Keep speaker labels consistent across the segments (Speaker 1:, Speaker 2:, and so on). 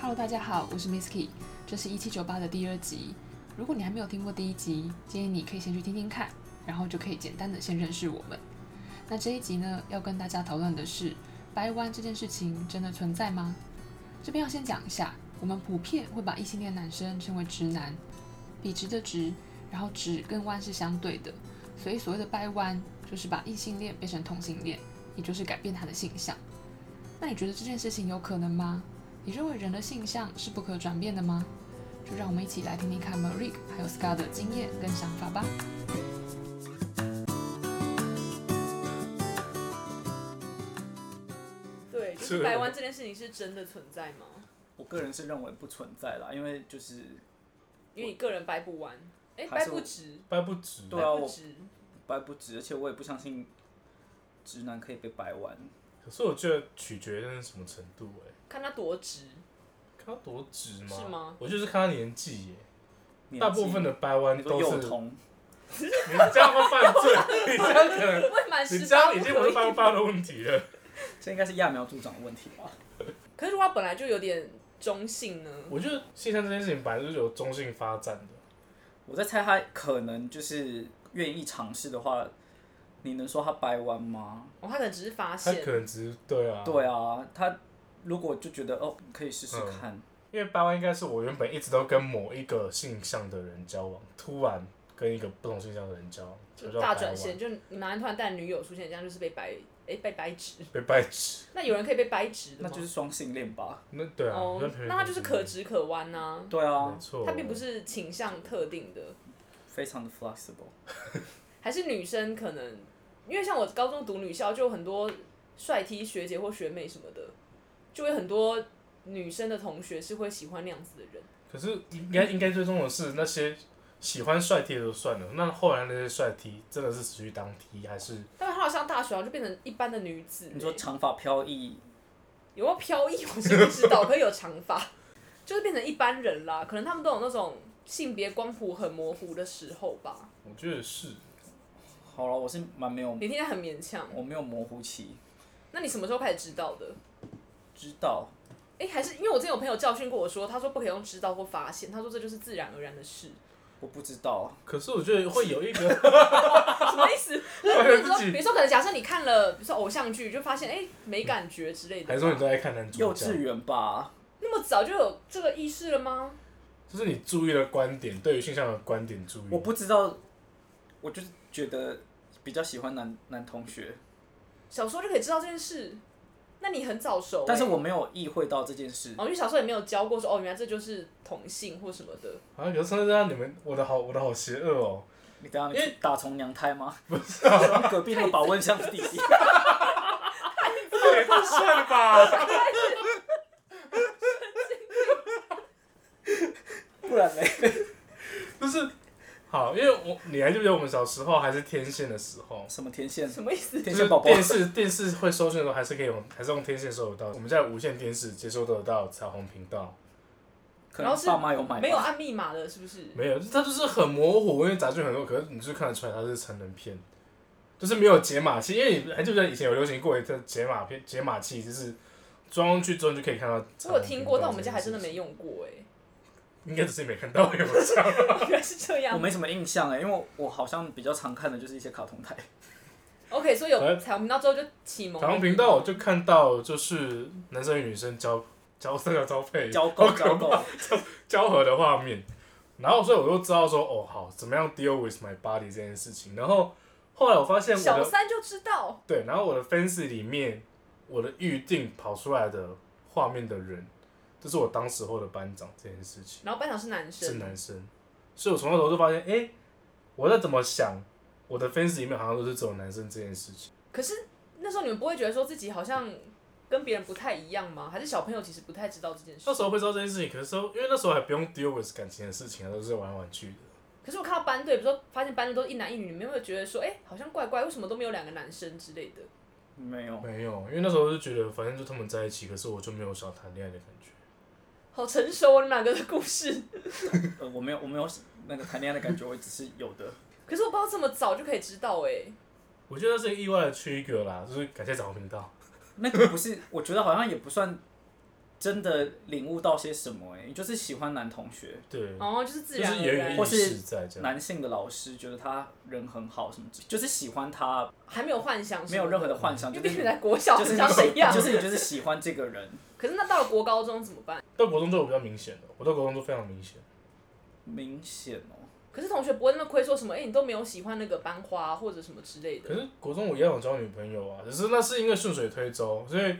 Speaker 1: Hello，大家好，我是 Misky，这是一七九八的第二集。如果你还没有听过第一集，建议你可以先去听听看，然后就可以简单的先认识我们。那这一集呢，要跟大家讨论的是掰弯这件事情真的存在吗？这边要先讲一下，我们普遍会把异性恋男生称为直男，笔直的直，然后直跟弯是相对的，所以所谓的掰弯就是把异性恋变成同性恋，也就是改变他的性向。那你觉得这件事情有可能吗？你认为人的性向是不可转变的吗？就让我们一起来听听看 Marie 还有 Scar 的经验跟想法吧。
Speaker 2: 对，就是掰弯这件事情是真的存在吗？
Speaker 3: 我个人是认为不存在啦，因为就是
Speaker 2: 因为你个人掰不弯，哎、
Speaker 3: 还
Speaker 2: 掰
Speaker 3: 是
Speaker 2: 不
Speaker 3: 我
Speaker 2: 直，
Speaker 4: 掰不直。欸
Speaker 3: 对啊，
Speaker 2: 掰
Speaker 3: 我
Speaker 2: 不直。
Speaker 3: 掰不直，而且我也不相信直男可以被掰弯。
Speaker 4: 可是我觉得取决于那是什么程度哎、
Speaker 2: 看他多直，
Speaker 4: 看他多直吗？
Speaker 2: 是吗
Speaker 4: 我就是看他年纪耶、
Speaker 3: 年纪
Speaker 4: 大部分的掰弯
Speaker 3: 你
Speaker 4: 都
Speaker 3: 说幼
Speaker 4: 是
Speaker 3: 童，
Speaker 4: 你这样会犯 罪，你这样可能，
Speaker 2: 未满
Speaker 4: 你
Speaker 2: 十
Speaker 4: 这
Speaker 2: 八
Speaker 4: 样
Speaker 2: 不
Speaker 4: 已经
Speaker 2: 可
Speaker 4: 不是
Speaker 2: 以。
Speaker 4: 掰不掰的问题了。
Speaker 3: 这应该是揠苗助长的问题吧？
Speaker 2: 可是如果他本来就有点中性呢？
Speaker 4: 我觉得性向这件事情本来就是有中性发展的，
Speaker 3: 我在猜他可能就是愿意尝试的话，你能说他掰弯吗？
Speaker 2: 哦，他可能只是发
Speaker 4: 他
Speaker 2: 现
Speaker 4: 可能只是对啊，
Speaker 3: 对，啊，他如果就觉得哦可以试试看，
Speaker 4: 因为掰弯应该是我原本一直都跟某一个性向的人交往，突然跟一个不同性向的人交往，
Speaker 2: 就
Speaker 4: 叫
Speaker 2: 大
Speaker 4: 掰
Speaker 2: 转
Speaker 4: 弯
Speaker 2: 线，，就你男突然带女友出现，这样就是被掰，哎、被掰直。
Speaker 4: 被掰直。
Speaker 2: 那有人可以被掰直的
Speaker 3: 那
Speaker 2: 吗？
Speaker 3: 就是双性恋吧？
Speaker 4: 那对啊，
Speaker 2: 哦
Speaker 4: 平，
Speaker 2: 那他就是可
Speaker 4: 平
Speaker 2: 直可弯呐、
Speaker 3: 对啊
Speaker 4: 没，错，
Speaker 2: 他并不是倾向特定的，
Speaker 3: 非常的 flexible。
Speaker 2: 还是女生可能，因为像我高中读女校，就有很多帅 T 学姐或学妹什么的，就会很多女生的同学是会喜欢那样子的人。
Speaker 4: 可是应该应该最重的是那些喜欢帅 T 的就算了，那后来那些帅 T 真的是持续当 T 还是
Speaker 2: 但是她好像大学好像就变成一般的女子、欸
Speaker 3: 你说长发飘逸，
Speaker 2: 有没有飘逸， 我是不知道，可以有长发，就是变成一般人啦。可能他们都有那种性别光谱很模糊的时候吧。
Speaker 4: 我觉得是
Speaker 3: 好了，我是蛮没有，
Speaker 2: 你听起来很勉强，
Speaker 3: 我没有模糊期，
Speaker 2: 那你什么时候开始知道的？
Speaker 3: 知道
Speaker 2: 哎、还是因为我之前有朋友教训过我说，他说不可以用知道或发现，他说这就是自然而然的事。
Speaker 3: 我不知道。
Speaker 4: 可是我觉得会有一个
Speaker 2: 什么意思？比如说，比如说，可能假设你看了，比如说偶像剧，就发现哎、诶没感觉之类的吧，
Speaker 4: 还是说你都在看男主角，
Speaker 3: 幼稚园吧，
Speaker 2: 那么早就有这个意识了吗？
Speaker 4: 就是你注意的观点，对于性向的观点注意。
Speaker 3: 我不知道，我就是觉得比较喜欢男男同学，
Speaker 2: 小时候就可以知道这件事，那你很早熟、
Speaker 3: 但是
Speaker 2: 诶
Speaker 3: 我没有意会到这件事。
Speaker 2: 哦，因为小时候也没有教过说哦，原来这就是同性或什么的。
Speaker 4: 啊，可是上次让你们我的好我的好邪恶 哦，
Speaker 3: 你等下你
Speaker 4: 因
Speaker 3: 去打从娘胎吗？不是、 隔壁那个保温箱的弟弟，
Speaker 4: 这也太帅了吧！
Speaker 3: 不然嘞，
Speaker 4: 就是好，因为我你还记不记得我们小时候还是天线的时候？
Speaker 3: 什么天线？
Speaker 2: 什么意思？
Speaker 3: 天
Speaker 4: 就是
Speaker 3: 线宝宝
Speaker 4: 电视电视会收讯的时候，还是可以用，还是用天线收得到。我们在无线电视接收得到彩虹频道，
Speaker 3: 可
Speaker 2: 然后
Speaker 3: 能
Speaker 2: 是
Speaker 3: 爸妈有买吧，
Speaker 2: 没 有按密码的，是不是？
Speaker 4: 没有，它就是很模糊，因为杂剧很多，可是你就是看得出来它是成人片，就是没有解码器。因为你还记不记得以前有流行过一个解码片解码器，就是装上去之后你就可以看到。
Speaker 2: 我有听过，但我们家还真的没，用过哎、
Speaker 4: 应该只是你没看到有这
Speaker 2: 原来是这
Speaker 3: 我
Speaker 2: 样。
Speaker 3: 没什么印象哎、因为我我好像比较常看的就是一些卡通台，
Speaker 2: OK，所以有彩虹频道之后就启蒙。
Speaker 4: 彩虹频道我就看到就是男生与女生交交这个交配
Speaker 3: 交
Speaker 4: 好
Speaker 3: 狗
Speaker 4: 可
Speaker 3: 交
Speaker 4: 怕
Speaker 3: 狗，
Speaker 4: 交合的画面，然后所以我就知道说哦好怎么样 deal with my body 这件事情，然后后来我发现我
Speaker 2: 小
Speaker 4: 的
Speaker 2: 三就知道，
Speaker 4: 对，然后我的 fans 里面，我的预定跑出来的画面的人，这是我当时候的班长这件事情
Speaker 2: 然后班长是男生，
Speaker 4: 是男生，所以我从那时候就发现，哎、我在怎么想，我的 fans 里面好像都是只有男生这件事情。
Speaker 2: 可是那时候你们不会觉得说自己好像跟别人不太一样吗？还是小朋友其实不太知道这件事？
Speaker 4: 那时候会知道这件事情，可是因为那时候还不用 deal with 感情的事情啊，都是玩来玩去的。
Speaker 2: 可是我看到班队，比如说发现班队都是一男一女，你们有没有觉得说，哎、好像怪怪，为什么都没有两个男生之类的？
Speaker 3: 没有。
Speaker 4: 没有，因为那时候就觉得反正就他们在一起，可是我就没有想谈恋爱的感觉。
Speaker 2: 好成熟哦，你们两个的故事。
Speaker 3: 呃，我没有，我没有那个谈恋爱的感觉，我只是有的。
Speaker 2: 可是我不知道这么早就可以知道、哎，
Speaker 4: 我觉得是意外的区隔啦，就是感谢彩虹频道。
Speaker 3: 那个不是，我觉得好像也不算真的领悟到些什么、欸，哎，你就是喜欢男同学，
Speaker 4: 对，
Speaker 2: 哦，就是自
Speaker 4: 就
Speaker 2: 然
Speaker 4: 是
Speaker 2: 而
Speaker 4: 有一
Speaker 2: 然
Speaker 4: 个
Speaker 3: 或
Speaker 4: 意
Speaker 3: 是
Speaker 4: 识在这样。
Speaker 3: 男性的老师觉得他人很好，什么之就是喜欢他，
Speaker 2: 还没有幻想，
Speaker 3: 没有任何的，幻想，
Speaker 2: 因为
Speaker 3: 就
Speaker 2: 毕竟
Speaker 3: 是
Speaker 2: 在国小，
Speaker 3: 就
Speaker 2: 你
Speaker 3: 是
Speaker 2: 知
Speaker 3: 你
Speaker 2: 道怎样？
Speaker 3: 就是你就是喜欢这个人，
Speaker 2: 可是那到了国高中怎么办？
Speaker 4: 到国中就比较明显了，我到国中就非常明显。
Speaker 3: 明显哦、
Speaker 2: 可是同学不会那么亏说什么，哎、你都没有喜欢那个班花、或者什么之类
Speaker 4: 可
Speaker 2: 的。
Speaker 4: 是国中我也有交女朋友啊，只是那是因为顺水推舟，所以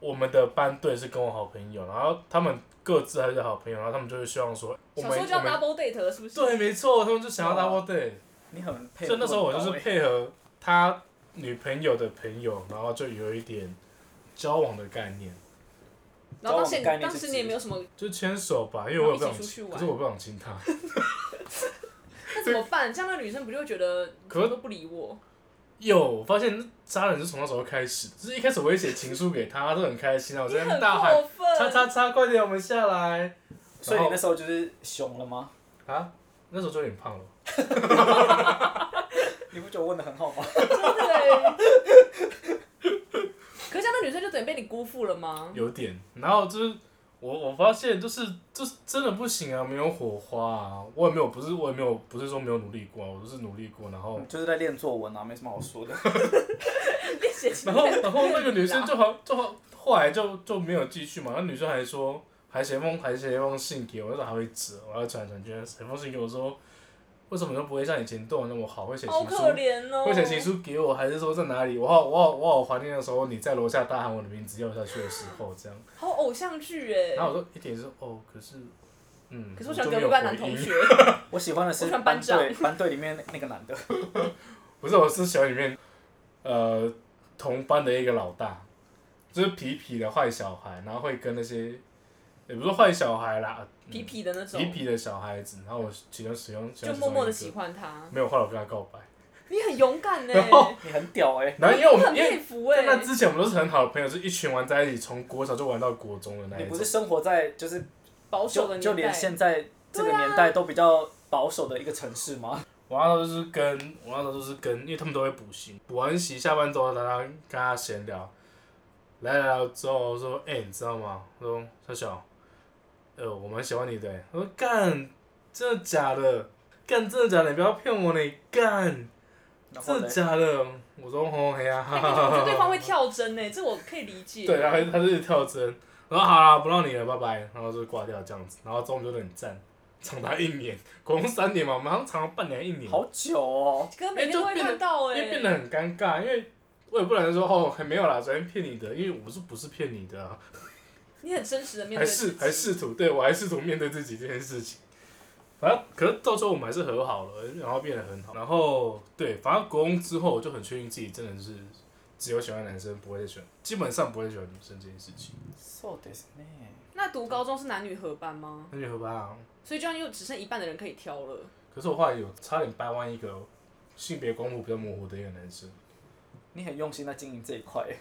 Speaker 4: 我们的班队是跟我好朋友，然后他们各自还是好朋友，然后他们就会希望说，我
Speaker 2: 小
Speaker 4: 们
Speaker 2: 时候就
Speaker 4: 我
Speaker 2: 要
Speaker 4: 们
Speaker 2: double date 了，是不是？
Speaker 4: 对，没错，他们就想要 double date，
Speaker 3: 你很配
Speaker 4: 所
Speaker 3: 合度
Speaker 4: 以那时候我就是
Speaker 3: 很高欸
Speaker 4: 配合他女朋友的朋友，然后就有一点交往的概念，
Speaker 2: 然后当时
Speaker 3: 交往概念
Speaker 2: 当
Speaker 3: 是
Speaker 2: 时
Speaker 3: 指
Speaker 2: 你也没有什么，
Speaker 4: 就牵手吧，因为我也不
Speaker 2: 然
Speaker 4: 想
Speaker 2: 后一起出去
Speaker 4: 亲，
Speaker 2: 玩
Speaker 4: 可是我不想亲他，
Speaker 2: 那怎么办？这样的女生不就会觉得怎
Speaker 4: 可
Speaker 2: 么都不理我？
Speaker 4: 有，我发现渣人是从那时候开始，就是一开始我会写情书给他，他都很开心啊，我
Speaker 2: 你
Speaker 4: 在那
Speaker 2: 很
Speaker 4: 边大喊
Speaker 2: 过分，
Speaker 4: 叉叉叉，快点，我们下来。
Speaker 3: 所以你那时候就是熊了吗？
Speaker 4: 啊，那时候就有点胖了。
Speaker 3: 你不觉得我问的很好吗？
Speaker 2: 真的欸可是这样的女生就等于被你辜负了吗？
Speaker 4: 有点。然后就是我我发现就是就是真的不行啊，没有火花啊。我也没有不是我也没有不是说没有努力过啊，我就是努力过，然后
Speaker 2: 嗯
Speaker 3: 就是在练作文啊，没什么好说的。
Speaker 2: 你写情
Speaker 4: 然后然后那个 女生就好就好，后来就就没有继续嘛。那女生还说还写一封还写一封信给我，那时候还会折，我要传传去，写封信给我说为什么都不会像以前对我那么好，会写
Speaker 2: 好
Speaker 4: 情书
Speaker 2: 可。怜哦。
Speaker 4: 会写情书给我，还是说在哪里？我好我好我好怀念的时候，你在楼下大喊我的名字要下去的时候，这样。
Speaker 2: 好偶像剧哎
Speaker 4: 然。后我说一点是哦，可是，嗯，
Speaker 2: 可是我
Speaker 4: 我
Speaker 2: 喜欢隔
Speaker 4: 就没
Speaker 2: 壁
Speaker 4: 有
Speaker 2: 班
Speaker 4: 回
Speaker 2: 男同
Speaker 4: 应
Speaker 2: 学，
Speaker 3: 我喜欢的
Speaker 2: 我
Speaker 3: 是
Speaker 2: 喜欢
Speaker 3: 班
Speaker 2: 班长
Speaker 3: 队班队里面那个男的，
Speaker 4: 不是，我是喜欢里面，呃，同班的一个老大，就是皮皮的坏小孩，然后会跟那些，也不是说坏小孩啦，嗯
Speaker 2: 痞痞的那
Speaker 4: 皮
Speaker 2: 种，
Speaker 4: 皮的小孩子，然后我其中使用
Speaker 2: 就默默的喜
Speaker 4: 欢
Speaker 2: 欢他
Speaker 4: 其中一个，。没有后来我跟他告白，
Speaker 2: 你很勇敢呢，
Speaker 4: 然后
Speaker 3: 你很屌哎、
Speaker 4: 然后因为我
Speaker 2: 我很
Speaker 4: 们因为
Speaker 2: 佩服
Speaker 4: 在
Speaker 2: 哎。
Speaker 4: 那之前我们都是很好的朋友，就是一群玩在一起，从国小就玩到国中的那
Speaker 3: 你
Speaker 4: 一
Speaker 3: 不
Speaker 4: 种
Speaker 3: 是。生活在就是
Speaker 2: 保守的
Speaker 3: 就
Speaker 2: 年代，
Speaker 3: 就连现在这个
Speaker 2: 对啊
Speaker 3: 年代都比较保守的一个城市吗？
Speaker 4: 我那时候就是跟我那时候就是跟，因为他们都会补习，补完习下班之后，大家跟他闲聊，来来聊之后我说，哎、你知道吗？我说小小，呃，我蛮喜欢你的、欸。我说干，真的假的？干真的假的？你不要骗我呢！干，
Speaker 3: 然后
Speaker 4: 真
Speaker 3: 呢
Speaker 4: 的？假的？我说哦嘿呀、哈
Speaker 2: 哎可
Speaker 4: 哈
Speaker 2: 是
Speaker 4: 哈
Speaker 2: 我觉得对
Speaker 4: 哈
Speaker 2: 方会跳针呢，这我可以理解。
Speaker 4: 对，然后他就是跳针，然后好啦，不让你了，拜拜，然后就挂掉这样子，然后中午就冷战，长达一年，国中三年嘛，我们好像长达半年一年。
Speaker 3: 好久哦，
Speaker 2: 可是每天都会看到
Speaker 4: 因为变
Speaker 2: 哎。
Speaker 4: 得很尴尬，因为我也不能说哦，还没有啦，昨天骗你的，因为我是不是骗你的、啊，
Speaker 2: 你很真实的面
Speaker 4: 还
Speaker 2: 对自
Speaker 4: 是
Speaker 2: 己，
Speaker 4: 还试图对我还试图面对自己这件事情。反正可是到最后我们还是和好了，然后变得很好。然后对，反正国中之后我就很确定自己真的是只有喜欢男生，不会再喜欢，基本上不会喜欢女生这件事情。
Speaker 3: so this 呢？
Speaker 2: 那读高中是男女合班吗？
Speaker 4: 那你何吧？
Speaker 2: 所以这样又只剩一半的人可以挑了。
Speaker 4: 可是我后来有差点掰弯一个性别光谱比较模糊的一个男生，
Speaker 3: 你很用心在经营这一块欸，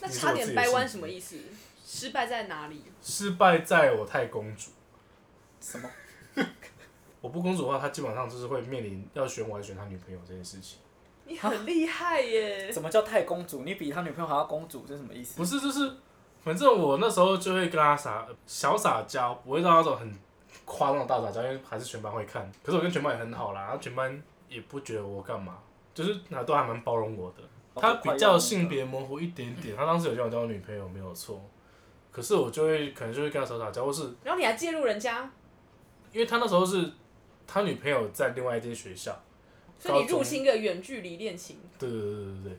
Speaker 2: 那差点掰弯什么意思？失败在哪里？
Speaker 4: 失败在我太公主。
Speaker 3: 什么？
Speaker 4: 我不公主的话，她基本上就是会面临要选我还是选她女朋友这件事情。
Speaker 2: 你
Speaker 4: 啊
Speaker 2: 很厉害耶！
Speaker 3: 什么叫太公主？你比他女朋友还要公主，这是什么意思
Speaker 4: 不？是，就是反正我那时候就会跟她撒小撒娇，不会到那种很夸张的大撒娇，因为还是全班会看。可是我跟全班也很好啦，然后全班也不觉得我干嘛，就是那都还蛮包容我的。她比较性别模糊一点点，她当时有叫我交女朋友没有错，可是我就会可能就会跟她小撒娇，或是
Speaker 2: 然后你还介入人家，
Speaker 4: 因为她那时候是她女朋友在另外一间学校，
Speaker 2: 所以你
Speaker 4: 高中
Speaker 2: 入侵一个远距离恋情，
Speaker 4: 对对对对对对。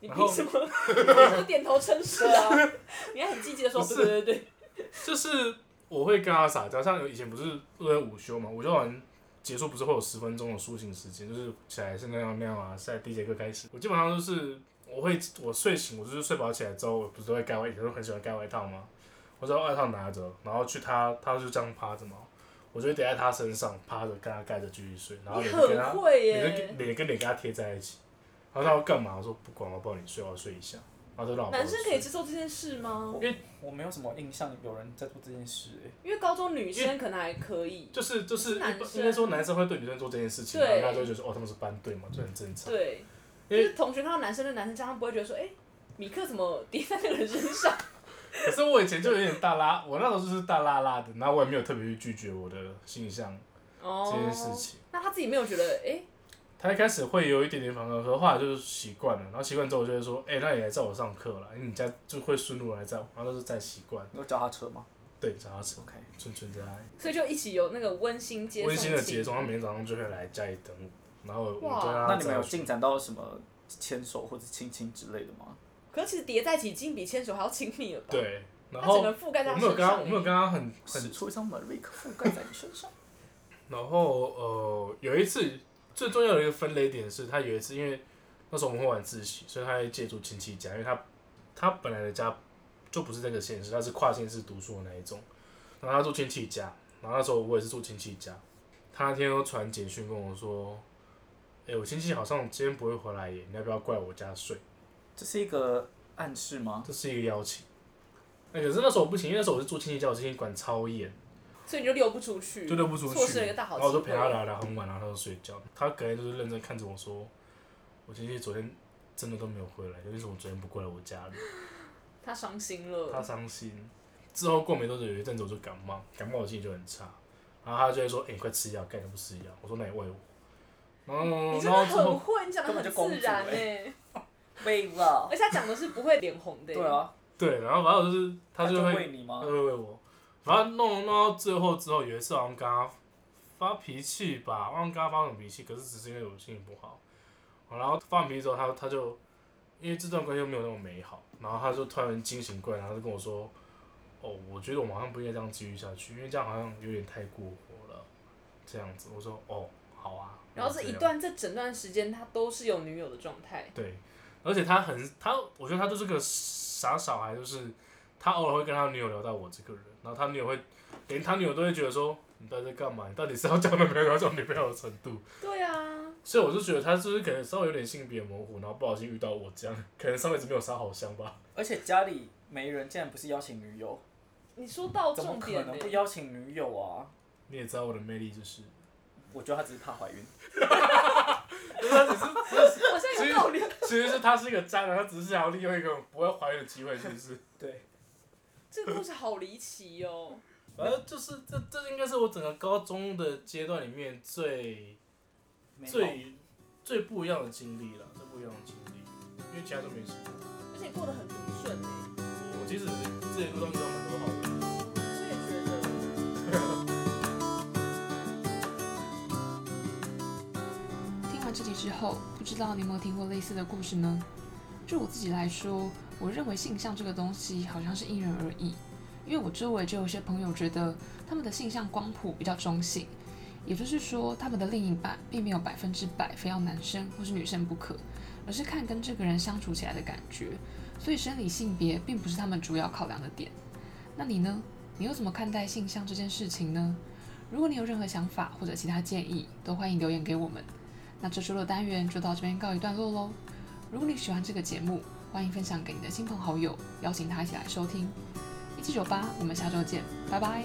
Speaker 2: 你
Speaker 4: 然后
Speaker 2: 凭什么？ 你凭什么点头称是啊？你还很积极的说，
Speaker 4: 不是
Speaker 2: 对对对对，
Speaker 4: 就是我会跟他撒娇，像以前不是都在午休嘛，午休完结束不是会有十分钟的抒情时间，就是起来是那样那样啊，现在第一节课开始，我基本上就是我会我睡醒，我就是睡饱起来之后，我不是都会盖外，以前都很喜欢盖外套吗？我就把外套拿着，然后去他，他就这样趴着嘛，我就会叠在他身上趴着，跟他盖着继续睡，然后
Speaker 2: 你
Speaker 4: 脸就跟他
Speaker 2: 很会
Speaker 4: 脸就
Speaker 2: 耶
Speaker 4: 跟！脸跟脸跟他贴在一起，然后他要干嘛？我说不管，我抱你睡，我要睡一下，然后就让我抱
Speaker 2: 男
Speaker 4: 着
Speaker 2: 生可
Speaker 4: 睡
Speaker 2: 以接受这件事吗？
Speaker 3: 因为我没有什么印象有人在做这件事欸
Speaker 2: 因为高中女生可能还可以，
Speaker 4: 就是就是一
Speaker 2: 是男
Speaker 4: 般
Speaker 2: 生
Speaker 4: 应该说男生会对女生做这件事情，然
Speaker 2: 对
Speaker 4: 后大家就会觉得说哦他们是班对嘛，这很正常。
Speaker 2: 对，
Speaker 4: 因
Speaker 2: 就
Speaker 4: 为
Speaker 2: 是同学看到男生对男生这样，他们不会觉得说，哎、米克怎么叠在那个人身上？
Speaker 4: 可是我以前就有点大拉，我那时候就是大拉拉的，然后我也没有特别去拒绝我的性向这
Speaker 2: 哦，
Speaker 4: 件事情。
Speaker 2: 那他自己没有觉得，哎、
Speaker 4: 他一开始会有一点点反感，可后来就是习惯了，然后习惯之后我就会说，哎、那你来载我上课了，因为你家就会顺路来载我，然后就是载习惯，
Speaker 3: 有脚踏车吗
Speaker 4: 对，找他吃，
Speaker 3: ？OK，
Speaker 4: 纯纯的爱，
Speaker 2: 所以就一起有那个温馨接送
Speaker 4: 温馨的
Speaker 2: 情
Speaker 4: 接送，他每天早上就会来家里等我，然后我
Speaker 2: 哇
Speaker 4: 就让
Speaker 3: 那
Speaker 4: 他
Speaker 3: 你们
Speaker 4: 载
Speaker 3: 有
Speaker 4: 我
Speaker 3: 进展到什么牵手或者亲亲之类的吗？
Speaker 2: 可是其实叠在一起，已经比牵手还要亲密了吧？，
Speaker 4: 对，然
Speaker 2: 它整
Speaker 4: 后
Speaker 2: 个覆盖在他
Speaker 4: 我没有
Speaker 2: 身
Speaker 4: 跟他，
Speaker 2: 上。
Speaker 4: 我没有跟他很很
Speaker 3: 使出一张马瑞克覆盖在你身上。
Speaker 4: 然后呃，有一次最重要的一个分雷点是，他有一次因为那时候我们会晚自习，所以他会借住亲戚家，因为他他本来的家就不是这个县市，他是跨县市读书的那一种。然后他住亲戚家，然后那时候我也是住亲戚家，他那天又传简讯跟我说：“哎、我亲戚好像今天不会回来耶，你要不要过来我家睡
Speaker 3: 这是一个暗示？”吗？
Speaker 4: 这是一个邀请。哎、可是那时候我不行，因为那时候我是住亲戚家，我亲戚管超严。
Speaker 2: 所以你就溜不出去，
Speaker 4: 就溜不出去，
Speaker 2: 错失了一个大好
Speaker 4: 然
Speaker 2: 机
Speaker 4: 后
Speaker 2: 会。
Speaker 4: 我就陪他聊聊很晚，然后他就睡觉。他隔天就是认真看着我说：“我亲戚昨天真的都没有回来，为什么昨天不过来我家里
Speaker 2: 他伤心？”
Speaker 4: 他
Speaker 2: 了，
Speaker 4: 伤心。之后过没多久，有一阵子我就感冒，感冒我心情就很差，然后他就会说：“哎、你快吃药，干什么不吃药？”我说：“那你喂我。”然后，
Speaker 2: 你
Speaker 4: 然
Speaker 2: 真
Speaker 4: 后
Speaker 2: 的
Speaker 4: 之后
Speaker 2: 很会，你讲的
Speaker 3: 根本就
Speaker 2: 很
Speaker 3: 公
Speaker 2: 自
Speaker 3: 主
Speaker 2: 然哎、
Speaker 3: 为了
Speaker 2: 而且他讲的是不会脸红的、欸
Speaker 3: 对，啊，
Speaker 4: 对，然后反正就是他就会
Speaker 3: 为你吗
Speaker 4: 他？会喂我，反正弄弄到最后之后，有一次好像跟他发脾气吧，忘了跟他发什么脾气，可是只是因为我心情不好，然后发完脾气之后，他他就因为这段关系又没有那么美好，然后他就突然惊醒过来，然后就跟我说：“哦，我觉得我们好像不应该这样继续下去，因为这样好像有点太过火了。”这样子，我说：“哦，好啊。”
Speaker 2: 然后这一
Speaker 4: 样
Speaker 2: 段这整段时间他都是有女友的状态，
Speaker 4: 对，而且他很他，我觉得他就是个傻小孩，就是他偶尔会跟他女友聊到我这个人，然后他女友会连他女友都会觉得说你到底在干嘛？你到底是要交男朋友，要交女朋友的程度。
Speaker 2: 对啊，
Speaker 4: 所以我就觉得他就是可能稍微有点性别模糊，然后不小心遇到我这样，可能上辈子没有杀好香吧。
Speaker 3: 而且家里没人，竟然不是邀请女友，
Speaker 2: 你说到
Speaker 3: 怎么
Speaker 2: 重
Speaker 3: 可
Speaker 2: 点呢、欸
Speaker 3: 能不邀请女友啊？
Speaker 4: 你也知道我的魅力就是，
Speaker 3: 我觉得她只是怕怀孕。
Speaker 2: 好像
Speaker 4: 其
Speaker 2: 有
Speaker 4: 实
Speaker 2: 道理。
Speaker 4: 其实是他是一个渣男，他只是想要利用一个不会怀孕的机会，是不是？
Speaker 3: 对，
Speaker 2: 这个故事好离奇哦，
Speaker 4: 反正就是这这应该是我整个高中的阶段里面最最最不一样的经历了，最不一样的经历，因为其他都没事。
Speaker 2: 而且过得很平顺哎、
Speaker 4: 我其实这一路上遇到蛮多好人。
Speaker 2: 所以觉得。
Speaker 1: 听完这集之后，不知道你有没有听过类似的故事呢？就我自己来说，我认为性向这个东西好像是因人而异，因为我周围就有些朋友觉得他们的性向光谱比较中性，也就是说，他们的另一半并没有百分之百非要男生或是女生不可，而是看跟这个人相处起来的感觉，所以生理性别并不是他们主要考量的点。那你呢？你又怎么看待性向这件事情呢？如果你有任何想法或者其他建议，都欢迎留言给我们。那这周的单元就到这边告一段落喽。如果你喜欢这个节目，欢迎分享给你的亲朋好友，邀请他一起来收听。一七九八，我们下周见，拜拜。